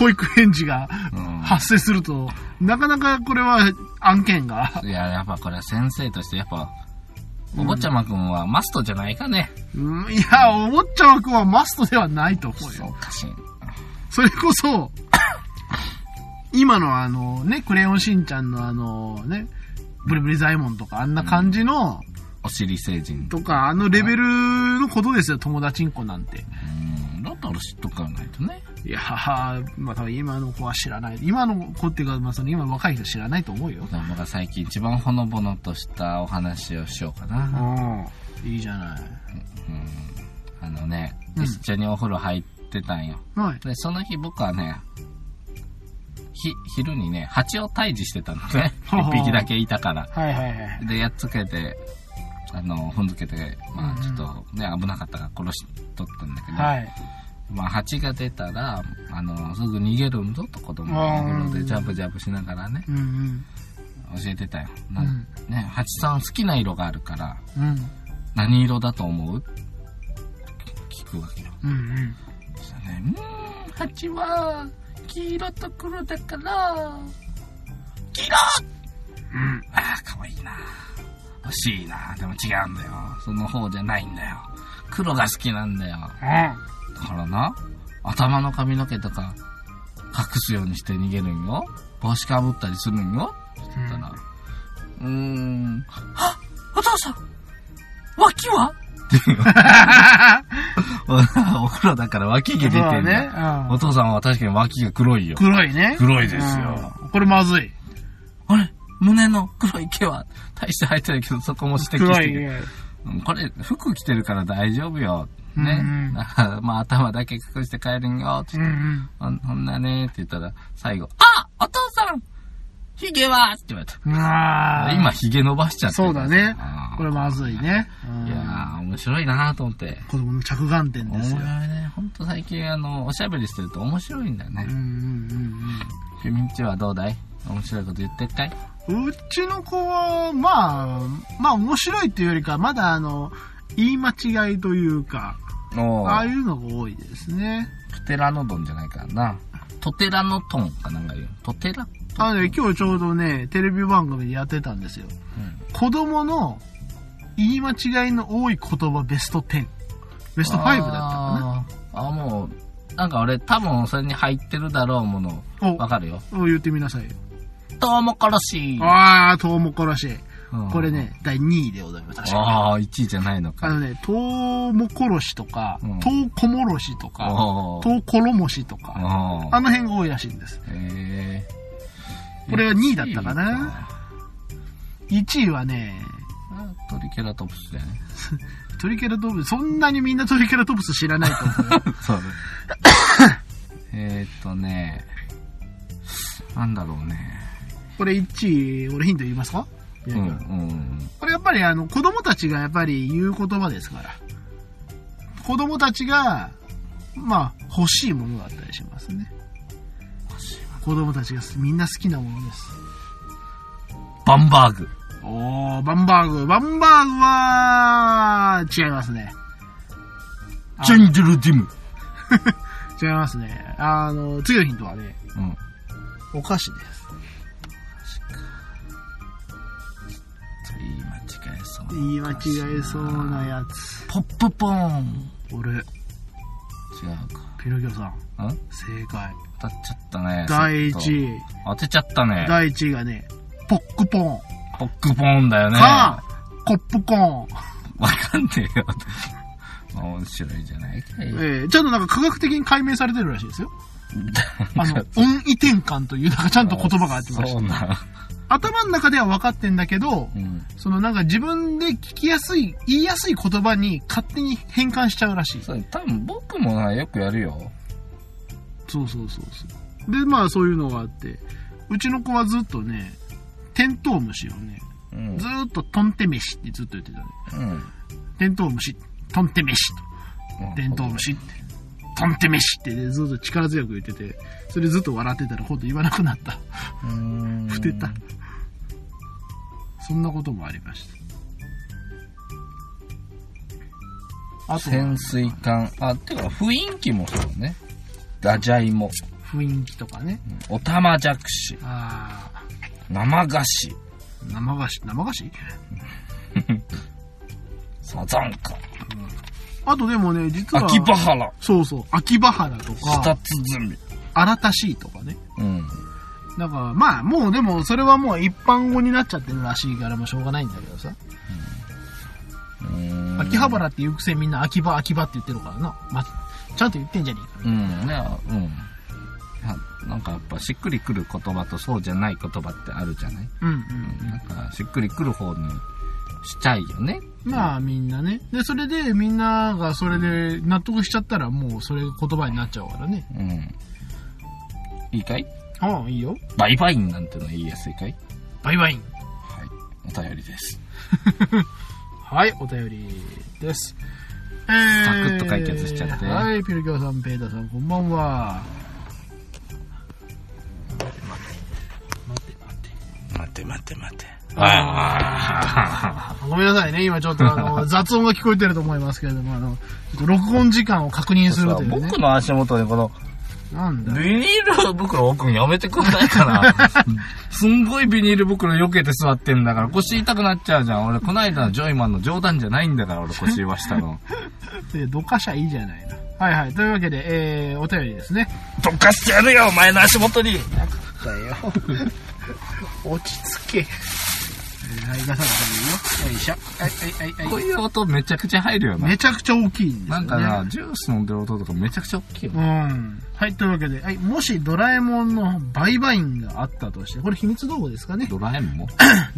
B: 保育園児が
A: うん
B: 発生すると、なかなかこれは案件が、
A: いや、やっぱこれは先生として、やっぱ、お坊ちゃまくんはマストじゃないかね。
B: うんいや、おもっちゃまくんはマストではないと思う
A: そ
B: よ。
A: うかしん。
B: それこそ、 [coughs] 今のあのね、クレヨンしんちゃんのあのね、ブリブリザイモンとかあんな感じの、
A: お尻成人。
B: とか、あのレベルのことですよ、友達んこなんて。
A: うん、だったら知っとかないとね。
B: いやー、まあ多分今の子は知らない。今の子っていうか、まあその今の若い人知らないと思うよ。
A: 僕が最近一番ほのぼのとしたお話をしようかな。
B: うん。いいじゃない。
A: あのね、
B: うん
A: 一緒にお風呂入ってたんよ。
B: はい。
A: で、その日僕はね、ひ、昼にね、蜂を退治してたのね。
B: ほうほう
A: 一匹だけいたから。
B: はいはいはい。
A: で、やっつけて、あの、踏んづけて、ま
B: うん
A: あ
B: うん
A: ちょっとね、危なかったから殺しとったんだけど、
B: はい。
A: まあ蜂が出たら、あの、すぐ逃げるんぞと子供が
B: あー
A: お風呂でジャブジャブしながらね、
B: うんうん。
A: 教えてたよ。
B: う。
A: なんね、蜂さん好きな色があるから、
B: うん。
A: 何色だと思う聞くわけよ。
B: うんうん。
A: したね。うーん、蜂は黄色と黒だから、黄色
B: うん。
A: ああ、かわいいな。欲しいな。でも違うんだよ。その方じゃないんだよ。黒が好きなんだよ。だからな、頭の髪の毛とか隠すようにして逃げるんよ。帽子かぶったりするんよ。って
B: [laughs]
A: 言ったら、うーん、あお父さん脇は [laughs] お風呂だから脇毛出て
B: そ
A: る
B: うだ
A: んだ
B: ね
A: よ。。
B: う
A: お
B: ん
A: 父さんは確かに脇が黒いよ。
B: 黒いね。
A: 黒いですよ
B: うん。これまずい。
A: あれ胸の黒い毛は大して生えてるけど、そこも指摘し
B: 黒
A: て
B: い
A: くる。
B: ね。
A: うんこれ、服着てるから大丈夫よ。ね。
B: うんうん
A: だから [laughs] まあ、頭だけ隠して帰るんよ。つ
B: う
A: っ
B: ん
A: て
B: うん。
A: ほん、ほんなね、って言ったら、最後、あお父さんヒゲはって言われた。
B: うわー
A: 今、、ヒゲ伸ばしちゃってる
B: そうだね
A: あ。ー
B: これまずいね。うん
A: いやー、面白いなーと思って。
B: 子供の着眼点で
A: 面
B: すよ
A: 白。いね。ほんと最近、あの、おしゃべりしてると面白いんだよね
B: うん。うんうんうん。
A: 君んちはどうだい面白いこと言ってっかいう
B: ちの子は、まあ、まあ面白いっていうよりか、まだあの、言い間違いというか、
A: お
B: ああ
A: ー
B: い、うのが多いですね。
A: トテラノドンじゃないからな。トテラノトンかなんか言う。トテラ
B: あのね、今日ちょうどね、テレビ番組でやってたんですよ。
A: うん
B: 子供の言い間違いの多い言葉ベスト10。ベスト5だったか
A: あーあー、もう、なんか俺多分それに入ってるだろうもの。
B: お
A: わかるよ。
B: な。お言ってみなさいよ。
A: トウモコロシ。
B: ああ、トウモコロシ。
A: うん
B: これね、第2位でございます。確か
A: ああ、1位じゃないの
B: あ
A: か。
B: のね、トウモコロシとか
A: うん、
B: トウコモロシとか、
A: おー
B: トウコロモシとか、
A: あ
B: あの辺が多いらしいんです。
A: えー
B: これは2位だったかな。1位はね、
A: あトリケラトプスだ
B: [laughs]
A: よね。
B: トリケラトプス、そんなにみんなトリケラトプス知らないと思
A: [laughs]
B: うよ。
A: そうです。えーっとね、なんだろうね。
B: これ1位、俺ヒント言いますか、
A: うん、うん。
B: これやっぱりあの子供たちがやっぱり言う言葉ですから。子供たちが、まあ、欲しいものだったりしますね。子供たちがみんな好きなものです。
A: バンバーグ。
B: おー、バンバーグ。バンバーグは、違いますね。
A: チェンジルディム。
B: 違いますね。あの、次のヒントはね、
A: うん。
B: お菓子です。
A: 言い間違えそう。
B: 言い間違えそうなやつ。
A: ポップポーン。
B: 俺、
A: 違うか。
B: ピノキオさん、
A: うん
B: 正解。
A: 当たっちゃったね。
B: 第
A: ちょっ
B: 1位。
A: と当てちゃったね。
B: 第1位がね、ポックポーン。
A: ポックポーンだよね。
B: か、コップコーン。
A: わかんねえよ。面白いじゃないかよ。
B: ええちゃんとなんか科学的に解明されてるらしい [laughs] ですよ。あの、音位転換というなんかちゃんと言葉があってまし
A: そう
B: た。
A: な。
B: 頭の中では分かってんだけど、
A: うん。
B: そのなんか自分で聞きやすい、言いやすい言葉に勝手に変換しちゃうらしい。
A: そう、多分僕もな、よくやるよ。
B: そうそうそうそう。で、まあそういうのがあって、うちの子はずっとね、テントウムシをね、
A: うん
B: ず。ーっとトンテ飯ってずっと言ってたね。
A: うん。
B: テントウムシ、トンテ飯と。伝統
A: うん
B: 虫って、トンテ飯ってね、ずっと力強く言ってて、それずっと笑ってたら今度言わなくなった。
A: うーん。
B: ふてた。そんなこともありました。あとは
A: 潜水艦。あ、てか雰囲気もそうね。ダジャイモ。
B: 雰囲気とかね。
A: おたまじゃくし。
B: ああ、
A: 生菓子。
B: 生菓子、生菓子
A: サザンカ。
B: あとでもね、実は、
A: 秋葉原。
B: そうそう、秋葉原と
A: 舌
B: か、
A: 鼓。
B: 新たしいとかね。
A: うん。
B: だから、まあ、もうでも、それはもう一般語になっちゃってるらしいから、もうしょうがないんだけどさ。
A: うーん
B: 秋葉原って言うくせにみんな秋葉秋葉って言ってるからな。まちゃんと言ってんじゃねえか。
A: うん、ね、うん。ななんかやっぱしっくりくる言葉とそうじゃない言葉ってあるじゃない、
B: うんうん
A: うん、なんかしっくりくる方にしたいよね。
B: まあみんなね。で、それでみんながそれで納得しちゃったらもうそれが言葉になっちゃうからね。
A: うん。いいかい
B: ああ、いいよ。
A: バイバインなんての言いやすいかい
B: バイバ
A: は
B: イ。
A: い。お便りです。
B: はい、お便りです。え
A: サクッと解決しちゃって
B: はい、ピルキョウさん、ペーターさん、こんばんは。
A: 待
B: 待って待って。
A: て待て待て。ああ。
B: ごめんなさいね、今ちょっと
A: [laughs]
B: あの雑音が聞こえてると思いますけれども、あの、ちょっと録音時間を確認するというね。
A: 僕の足元でこの
B: なんだ
A: ビニール袋置くんやめてくんないか [laughs] なすんごいビニール袋避けて座ってんだから腰痛くなっちゃうじゃん。俺こないだのジョイマンの冗談じゃないんだから俺腰言わしたの。
B: で、どかしゃいいじゃないの。はいはい。というわけで、えー、お便りですね。
A: どかしてやるよお前の足元に
B: だよ。落ち着け。はい、出さなくてもいいよ。よいしょ。はいはい
A: こ
B: は
A: う
B: い
A: いう音めちゃくちゃ入るよ
B: はい。
A: な。
B: めちゃくちゃ大きいんですよ、
A: なん
B: ね。
A: かな、ジュース飲んでる音とかめちゃくちゃ大きいよ
B: う。ん。はい、というわけで、はい、もしドラえもんのバイバインがあったとして、これ秘密道具ですかね。
A: ドラえ [laughs] もん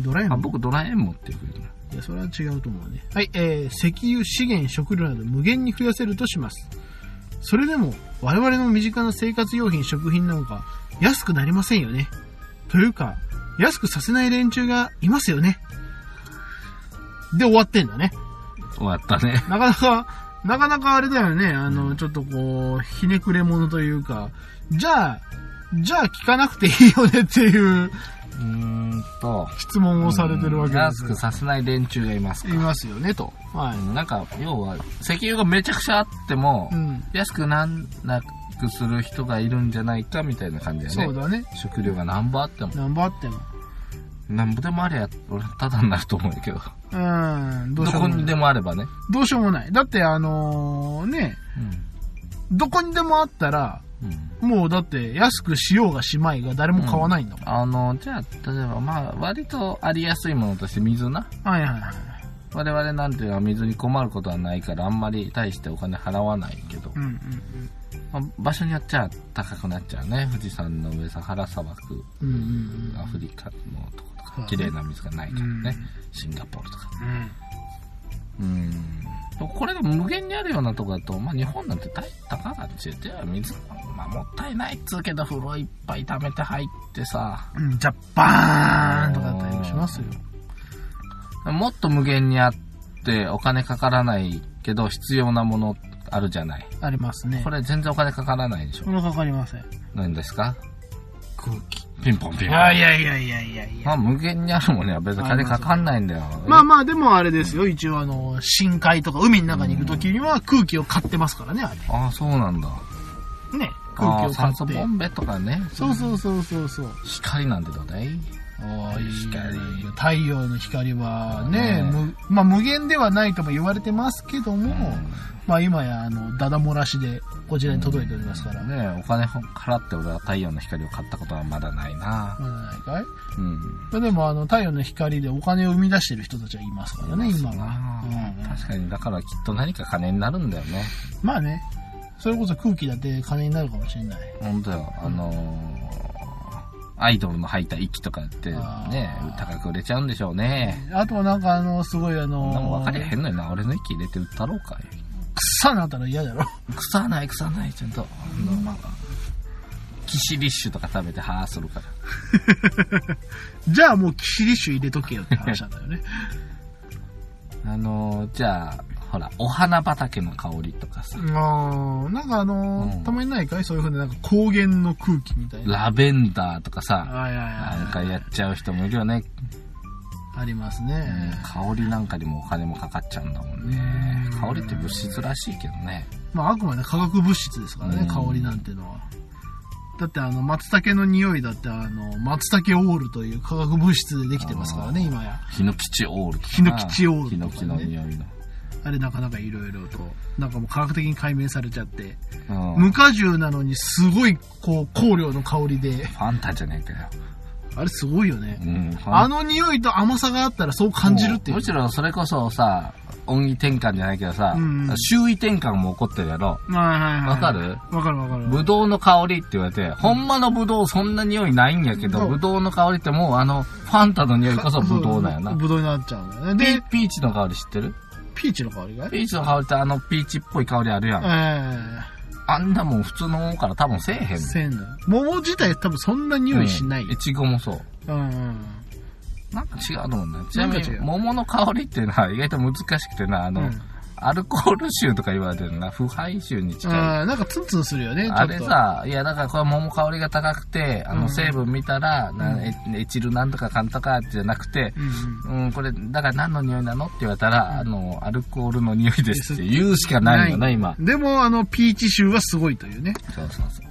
B: ドラえ
A: あ、
B: もん。
A: 僕ドラえもんって言うけどな。
B: いや、それは違うと思うね。はい、えー、石油、資源、食料など無限に増やせるとします。それでも、我々の身近な生活用品、食品なんか、安くなりませんよね。というか、安くさせない連中がいますよね。で、終わってんだね。
A: 終わったね。
B: なかなか、なかなかあれだよね。あの、ちょっとこう、ひねくれ者というか、じゃあ、じゃあ聞かなくていいよねっていう
A: うーんと。
B: 質問をされてるわけで
A: 安
B: す
A: くさせない連中がいます
B: い
A: か。
B: ますよね、と。は
A: う
B: い。
A: んなんか、要は、石油がめちゃくちゃあっても、
B: うん。
A: 安くなんなくする人がいるんじゃないかみたいな感じだよね。
B: そうだね。
A: 食料がなんぼあっても、
B: 何ぼあっても。
A: なんぼでもありゃ、俺、ただになると思うんやけど。
B: うん、
A: ど
B: どうしよう
A: こ
B: も
A: に
B: な
A: で
B: い。
A: もあればね。
B: どうしようもない。だって、あのーね、
A: うん。
B: どこにでもあったら、
A: うん
B: もうだって安くしようがしまいが誰も買わないんだもん。
A: あの、じゃあ、例えば、まあ、割とありやすいものとして水な。
B: はいはいはい。
A: 我々なんていうのは水に困ることはないから、あんまり大してお金払わないけど
B: う、んうん
A: まあ場所によっちゃ高くなっちゃうね。富士山の上、サハラ砂漠、
B: うん。うんうん
A: アフリカのとこと
B: そうだ
A: か
B: ね、
A: 綺麗な水がないから
B: うん
A: ね。シンガポールとか。
B: うん。うん。
A: うん。これが無限にあるようなとこだと、まあ日本なんて大高がついては水、まあもったいないっつうけど、風呂いっぱい溜めて入ってさ、
B: うん、ジャッパーンとかだったりもしますよ。
A: もっと無限にあってお金かからないけど必要なものあるじゃない。
B: ありますね。
A: これ全然お金かからないでしょ
B: こ。れかかりません。
A: 何ですか
B: 空気。
A: ピンポンピン
B: い
A: ポン。
B: やいやいやいやいやいや。
A: まあ無限にあるもんねは別に金かかんないんだよ。
B: まあまあ、でもあれですよ。一応、あの、深海とか海の中に行くときには空気を買ってますからね、あれ。
A: ああ、そうなんだ。
B: ね。
A: あ
B: 空
A: あ
B: 気を買
A: 酸
B: っ
A: 素
B: て
A: ボ。ンベとかね。
B: そうそうそうそうそう。
A: 光なんてどうだい
B: おーいい
A: 光
B: 太陽の光は
A: ね
B: ね、むまあ、無限ではないとも言われてますけども、まあ、今やあのダダ漏らしでこちらに届いておりますから、ね
A: ねえお金払って俺は太陽の光を買ったことはまだないな。
B: まだないかい
A: うん。
B: まあでもあの太陽の光でお金を生み出してる人たちはいますからね今は、うん
A: 確かに、だからきっと何か金になるんだよね。
B: まあねそれこそ空気だって金になるかもしれない
A: 本当よ、あのーアイドルの吐いた息とかって
B: あー
A: ね、高く売れちゃうんでしょうね。
B: あとはなんかあのすごいあ
A: そんなもん
B: の
A: 分かりゃへんのよな、俺の息入れて売ったろうか
B: 草なったら嫌だろ [laughs]
A: い。腐らない、腐らない、ちゃんと。あの、まあ、キシリッシュとか食べてハーするから。
B: じゃあもうキシリッシュ入れとけよって話なんだよね
A: あのーじゃあ、ほら、お花畑の香りとかさ、
B: あーなんかあの
A: うん
B: たまにないかいそういうふうになんか高原の空気みたいな
A: ラベンダーとかさ、
B: はいはいはい
A: なんかやっちゃう人もいるよね。
B: あります
A: うん
B: ね、
A: 香りなんかにもお金もかかっちゃうんだもんね。香りって物質らしいけどね。
B: まああくまで化学物質ですからね、
A: うん
B: 香りなんてのはだってあの松茸の匂いだってあの松茸オールという化学物質でできてますからね今や
A: ヒノキチオールとかな。
B: ヒノキチオール
A: ヒ
B: と
A: ノ
B: か
A: キ
B: ね
A: の匂いの。
B: あれなかなかいろいろとなんかもう科学的に解明されちゃって
A: うん
B: 無果汁なのにすごいこう香料の香りで
A: ファンタじゃねえかよ。
B: あれすごいよね、
A: うん。
B: あの匂いと甘さがあったらそう感じるっていう
A: むしろそれこそさ、音位転換じゃないけどさ、
B: うん
A: 周囲転換も起こってるやろ。
B: はいはいはい
A: わかる
B: わかるわかる
A: ブドウの香りって言われて、ほんまのブドウそんな匂いないんやけ
B: そ
A: ど、
B: う
A: ブドウの香りってもうあの、ファンタの匂いこそブドウだよな。
B: ブドウになっちゃうんだよ
A: ピ
B: ねで
A: ピーチの香り知ってる
B: ピーチの香りが
A: ピーチの香りってあのピーチっぽい香りあるやん。
B: ええ
A: あんなもん普通のもんから多分せえへん。
B: せんの桃自体多分そんな匂いしない
A: うんいちごもそう。
B: うん、
A: なんか違うと思うんだよ。ちなみ
B: なんか違
A: に、
B: う
A: 桃の香りっていうのは意外と難しくてな、あの、
B: うん
A: アルコール臭とか言われてるな、腐敗臭に近い。
B: あーなんかツンツンするよねちょっと
A: あれさ、いや、だからこれ桃香りが高くて、あ
B: うん
A: の、成分見たら、なエエチルなんとかかんとかじゃなくて、
B: うんうん
A: うん、これ、だから何の匂いなのって言われたら、あの、アルコールの匂いですって言うしかないよな、今。
B: でもあのピーチ臭はすごいというね
A: そうそうそ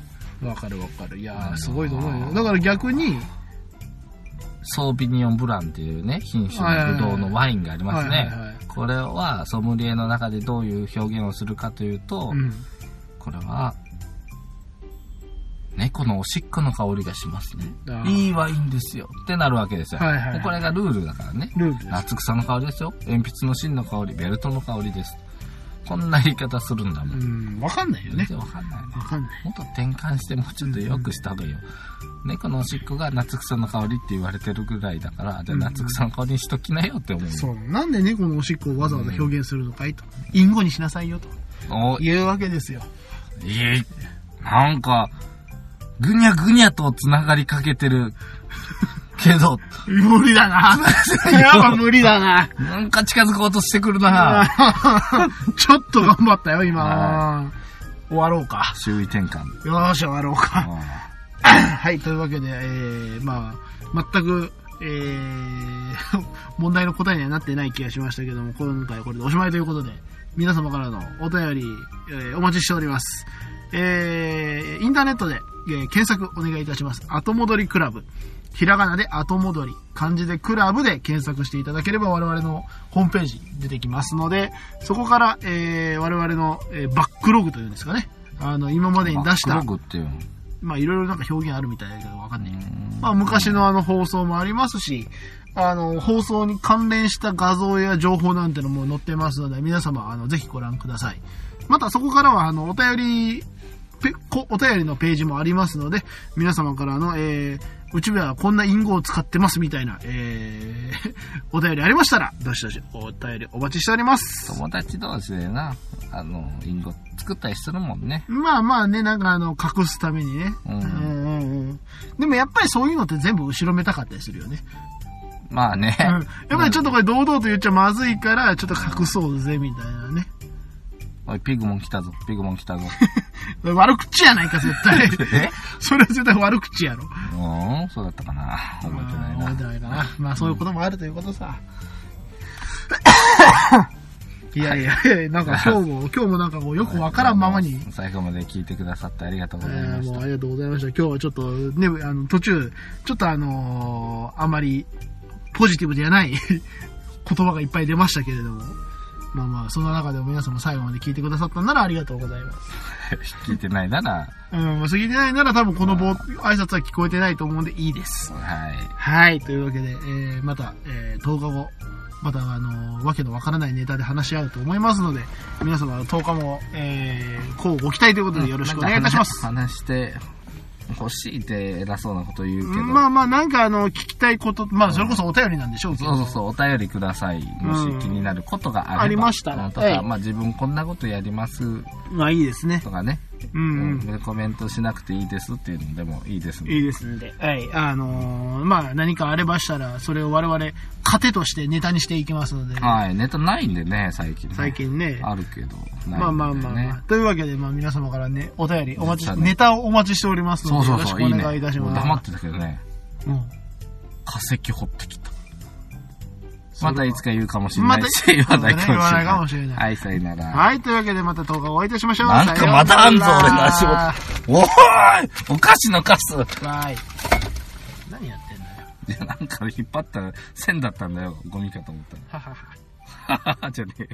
A: う。
B: わかるわかるいやーすごいと思うよだから逆に
A: ソービニオンブランっていうね、品種
B: はいはい
A: の
B: はい
A: ブドウのワインがあります
B: はい
A: ね
B: はいはい。
A: これは、ソムリエの中でどういう表現をするかというと、
B: うん
A: これは、猫のおしっこの香りがしますね
B: あ。ー
A: いいワインですよ。ってなるわけですよ。
B: はいはいはい
A: でこれがルールだからね。
B: ルールです
A: 夏草の香りですよ。鉛筆の芯の香り、ベルトの香りです。こんな言い方するんだも。
B: うんんわかんないよ
A: 全
B: ね
A: 然わかんないね。
B: わかんない
A: もっと転換してもうちょっと良くした方がいいよ。猫のおしっこが夏草の香りって言われてるぐらいだから、じゃあ夏草の香りにしときなよって思う。
B: そうなんで猫のおしっこをわざわざ表現するのかいと隠語にしなさいよと
A: おい、
B: いうわけですよ
A: いいなんか、ぐにゃぐにゃと繋がりかけてる。けど、
B: 無理だ
A: [laughs]
B: なやっぱ無理だな
A: なんか近づこうとしてくるな
B: [laughs] ちょっと頑張ったよ今終わろうか
A: 周囲転換。
B: よーし終わろうか
A: あ
B: はい、というわけで、えー、まあ、全く、えー、 [laughs] 問題の答えにはなってない気がしましたけども、今回はこれでおしまいということで、皆様からのお便り、えーお待ちしております。えー、インターネットで、えー検索お願いいたします。後戻りクラブ。ひらがなで後戻り、漢字でクラブで検索していただければ我々のホームページに出てきますので、そこから、えー、我々の、えーバックログというんですかね、あの、今までに出した、
A: 黒具っていうの。
B: まあ、いろいろなんか表現あるみたいだけど、わかんない。
A: うん
B: まあ、昔のあの放送もありますし、あの、放送に関連した画像や情報なんてのも載ってますので、皆様、あの、ぜひご覧ください。また、そこからは、あの、お便り、ペこお便りのページもありますので、皆様からの、えー、うちはこんな隠語を使ってますみたいな、えー、 [laughs] お便りありましたら、どしどしお便りお待ちしております。
A: 友達同士でな、あの、リンゴ作ったりするもんね。
B: まあまあね、なんかあの、隠すためにね。
A: うん
B: うんうんうんでもやっぱりそういうのって全部後ろめたかったりするよね。
A: まあね。
B: うん。やっぱりちょっとこれ堂々と言っちゃまずいから、ちょっと隠そうぜ、みたいなね。
A: おい、ピグモン来たぞ、ピグモン来た
B: [laughs]
A: ぞ。
B: 悪口やないか、絶対。
A: え
B: [laughs] それは絶対悪口やろ。
A: うーん、そうだったかな。覚えてない
B: 覚えて
A: な。
B: ないな。まあそういうこともあるということさ。いやいやいや、なんか今日も、今日もなんかこう、よくわからんままに。
A: 最後まで聞いてくださってありがとうござい
B: え
A: ま
B: ー
A: し
B: もう
A: た。
B: ありがとうございました。今日はちょっとね、あの途中、ちょっとあのーあまりポジティブじゃない [laughs] 言葉がいっぱい出ましたけれども、まあまあ、その中でも皆さんも最後まで聞いてくださったんならありがとうございます。
A: 聞いてないなら、
B: うん、まあ過ぎてないなら多分このぼ挨拶は聞こえてないと思うんでいいです。
A: はい。
B: はい、というわけで、えーまた、えー10日後、また、あのーわけのわからないネタで話し合うと思いますので、皆様10日も、えー、こうご期待ということでよろしくお願いいたします。
A: なんか話して、欲しいって偉そうなこと言うけど。
B: まあまあ、なんかあの、聞きたいこと、まあ、それこそお便りなんでしょうけ
A: そ
B: ど。
A: うそうそう、お便りください。も
B: う
A: し
B: ん
A: 気になることがあれば。
B: ありましたら
A: なんと
B: ええ
A: か、まあ自分こんなことやります
B: まあ、いいですね。
A: とかね。
B: う、
A: うん
B: うん。
A: ん。コメントしなくていいですっていうのでもいいですね
B: いいですんで。はい。あのーまあ、何かあればしたら、それを我々、糧としてネタにしていきますので、
A: はい、ネタないんでね、最近、ね。
B: 最近ね。
A: あるけど、ないんだよね
B: まあまあまあまあ。というわけで、まあ皆様からね、お便り、お待ち、
A: そうだね
B: ネタをお待ちしております
A: そ
B: の
A: う
B: で、
A: そ
B: よ
A: う
B: ろし
A: そ
B: く
A: う、
B: お
A: いいね。
B: 願いいたし
A: もう
B: ます。
A: 黙ってたけどね、
B: うん
A: 化石掘ってきた。
B: それ
A: また
B: は
A: いつか言うかもしれないし、
B: また
A: 言わないかもしれない。
B: 言わないかもしれない
A: はい、さよなら。
B: はい。というわけで、また動画をお会いいたしましょう。
A: なんかまたあんぞ、
B: さよう
A: 俺
B: な
A: の
B: ら
A: 足元。おーいお菓子のカス
B: バイ。何やってんだよ。
A: いや、なんか引っ張ったら線だったんだよ。ゴミかと思った
B: ははは。
A: ら。ははは、じゃねえよ。